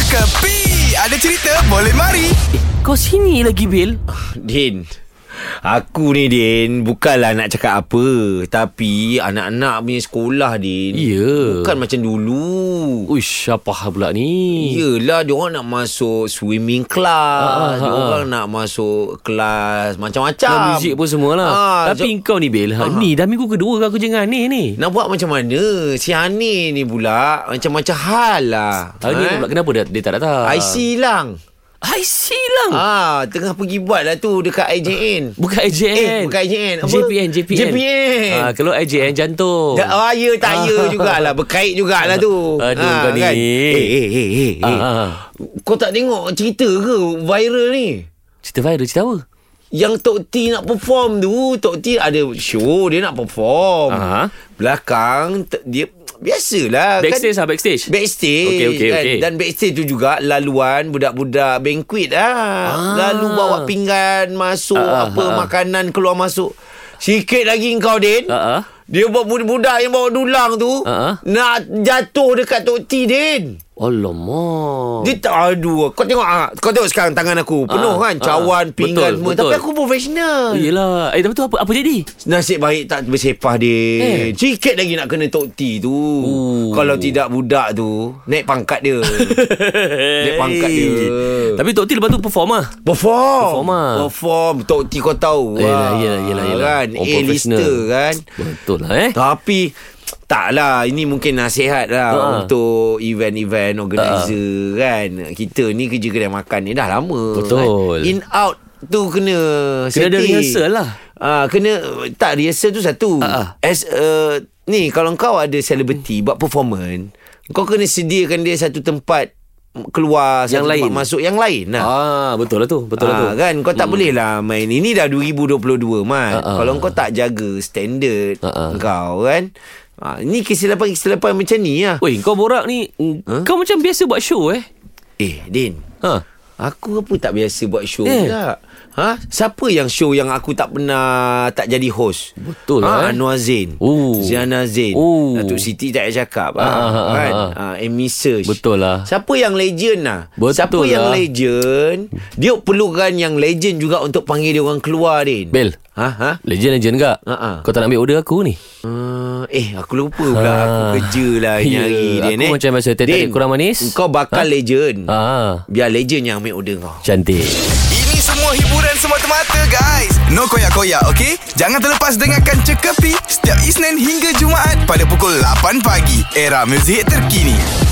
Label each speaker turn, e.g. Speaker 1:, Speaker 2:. Speaker 1: Kepi Ada cerita boleh mari
Speaker 2: Kau sini lagi Bil
Speaker 3: Din Aku ni Din Bukanlah nak cakap apa Tapi Anak-anak punya sekolah Din
Speaker 2: Ya.
Speaker 3: Bukan macam dulu
Speaker 2: Uish apa hal pula ni
Speaker 3: Yelah Diorang nak masuk Swimming
Speaker 2: Ah, ah,
Speaker 3: class Diorang nak masuk Kelas Macam-macam
Speaker 2: Dan muzik pun semua lah
Speaker 3: Ah,
Speaker 2: Tapi
Speaker 3: jo-
Speaker 2: kau ni Bil ha, Ni dah minggu kedua aku jangan ni ni
Speaker 3: Nak buat macam mana Si Hani ni pula Macam-macam hal lah
Speaker 2: Hari ni pula kenapa dia, dia tak datang
Speaker 3: IC hilang
Speaker 2: IC lang
Speaker 3: Ah, tengah pergi buat lah tu Dekat IJN
Speaker 2: Bukan IJN
Speaker 3: Eh, bukan IJN. Apa?
Speaker 2: JPN JPN
Speaker 3: JPN.
Speaker 2: ha, Kalau IJN jantung
Speaker 3: Da, oh, ya tak ya jugalah Berkait jugalah tu
Speaker 2: Ah. Aduh, kau ni.
Speaker 3: Eh eh eh eh, eh.
Speaker 2: Ah,
Speaker 3: Kau tak tengok cerita ke viral ni
Speaker 2: Cerita viral cerita apa
Speaker 3: Kan- Yang Tok T nak perform tu Tok T ada show Dia nak perform
Speaker 2: Aha.
Speaker 3: Belakang te- Dia Biasalah kan?
Speaker 2: Backstage lah backstage
Speaker 3: Backstage kan?
Speaker 2: Okey, okey, okey.
Speaker 3: Dan backstage tu juga Laluan Budak-budak banquet lah
Speaker 2: Ah.
Speaker 3: Lalu bawa pinggan Masuk
Speaker 2: Ah, ah,
Speaker 3: Apa
Speaker 2: ah.
Speaker 3: Makanan keluar masuk Sikit lagi kau Din
Speaker 2: Ah, ah.
Speaker 3: Dia buat budak-budak yang bawa dulang tu
Speaker 2: Ah, ah.
Speaker 3: Nak jatuh dekat Tok T Din
Speaker 2: Alamak
Speaker 3: dia tak aduh kau tengok ah kau tengok sekarang tangan aku penuh
Speaker 2: Ah,
Speaker 3: kan cawan
Speaker 2: ah.
Speaker 3: pinggan
Speaker 2: Betul,
Speaker 3: semua
Speaker 2: betul.
Speaker 3: tapi aku profesional.
Speaker 2: Oh, Yelah Eh tapi tu apa, apa jadi
Speaker 3: Nasib baik tak bersepah dia. Eh.
Speaker 2: Eh. Oh.
Speaker 3: Sikit lagi nak kena tok T tu.
Speaker 2: Ooh.
Speaker 3: Kalau tidak budak tu naik pangkat dia. naik pangkat dia.
Speaker 2: Tapi Tok T lepas tu perform lah
Speaker 3: Perform
Speaker 2: Perform ah.
Speaker 3: Perform Tok T kau tahu
Speaker 2: Yelah,
Speaker 3: lah.
Speaker 2: yelah, yelah, yelah.
Speaker 3: Kan
Speaker 2: Orang
Speaker 3: A-lister
Speaker 2: professional.
Speaker 3: kan
Speaker 2: Betul lah eh
Speaker 3: Tapi Taklah Ini mungkin nasihat lah
Speaker 2: Ha.
Speaker 3: Untuk event-event Organizer kan Kita ni kerja kedai makan ni Dah lama
Speaker 2: Betul.
Speaker 3: kan? In out tu kena
Speaker 2: Kena ada
Speaker 3: setting.
Speaker 2: rehearsal lah.
Speaker 3: Ah, Kena Tak rehearsal tu satu
Speaker 2: Ha.
Speaker 3: As uh, Ni kalau kau ada Celebrity buat performance Kau kena sediakan dia Satu tempat
Speaker 2: Yang
Speaker 3: Keluar satu
Speaker 2: lain.
Speaker 3: tempat masuk Yang lain lah
Speaker 2: Ah, betul lah tu, betul lah tu.
Speaker 3: Ah, kan kau tak boleh lah main ini dah 2022
Speaker 2: Ah,
Speaker 3: mat.
Speaker 2: ah.
Speaker 3: Kalau kau tak jaga standard
Speaker 2: Ah, ah.
Speaker 3: kau kan. Ah, ini kesilapan-kesilapan macam ni lah.
Speaker 2: Weh, kau borak ni, huh? kau macam biasa buat show eh.
Speaker 3: Eh, Din.
Speaker 2: Hmm. Ha.
Speaker 3: Aku apa tak biasa buat show
Speaker 2: Eh.
Speaker 3: eh. pula. Ha? Siapa yang show yang aku tak pernah tak jadi host?
Speaker 2: Betul lah,
Speaker 3: ha,
Speaker 2: eh.
Speaker 3: Anwar Zain.
Speaker 2: Oh.
Speaker 3: Ziana Zain.
Speaker 2: Oh.
Speaker 3: Datuk Siti tak payah cakap. Ha,
Speaker 2: Ah, ah, ah,
Speaker 3: kan?
Speaker 2: ah,
Speaker 3: Ha, Amy Search.
Speaker 2: Betul lah.
Speaker 3: Siapa yang legend lah?
Speaker 2: Betul
Speaker 3: Siapa yang
Speaker 2: lah.
Speaker 3: legend? Dia perlukan yang legend juga untuk panggil dia orang keluar, Din.
Speaker 2: Bel.
Speaker 3: Ha? Ha?
Speaker 2: Legend-legend kak.
Speaker 3: Ha, ha.
Speaker 2: Kau tak nak ambil order aku ni.
Speaker 3: Uh, eh aku lupa pula
Speaker 2: Ah.
Speaker 3: Aku kerja lah ini
Speaker 2: Ya,
Speaker 3: hari Din,
Speaker 2: aku
Speaker 3: eh.
Speaker 2: macam biasa, teh tarik
Speaker 3: Din,
Speaker 2: kurang manis. Ha?
Speaker 3: Kau bakal legend
Speaker 2: Ah,
Speaker 3: Biar legend yang ambil order kau
Speaker 2: cantik.
Speaker 1: Ini semua hiburan semata-mata guys No koyak-koyak ok Jangan terlepas dengarkan Cekapi Setiap Isnin hingga Jumaat Pada pukul 8 pagi Era muzik terkini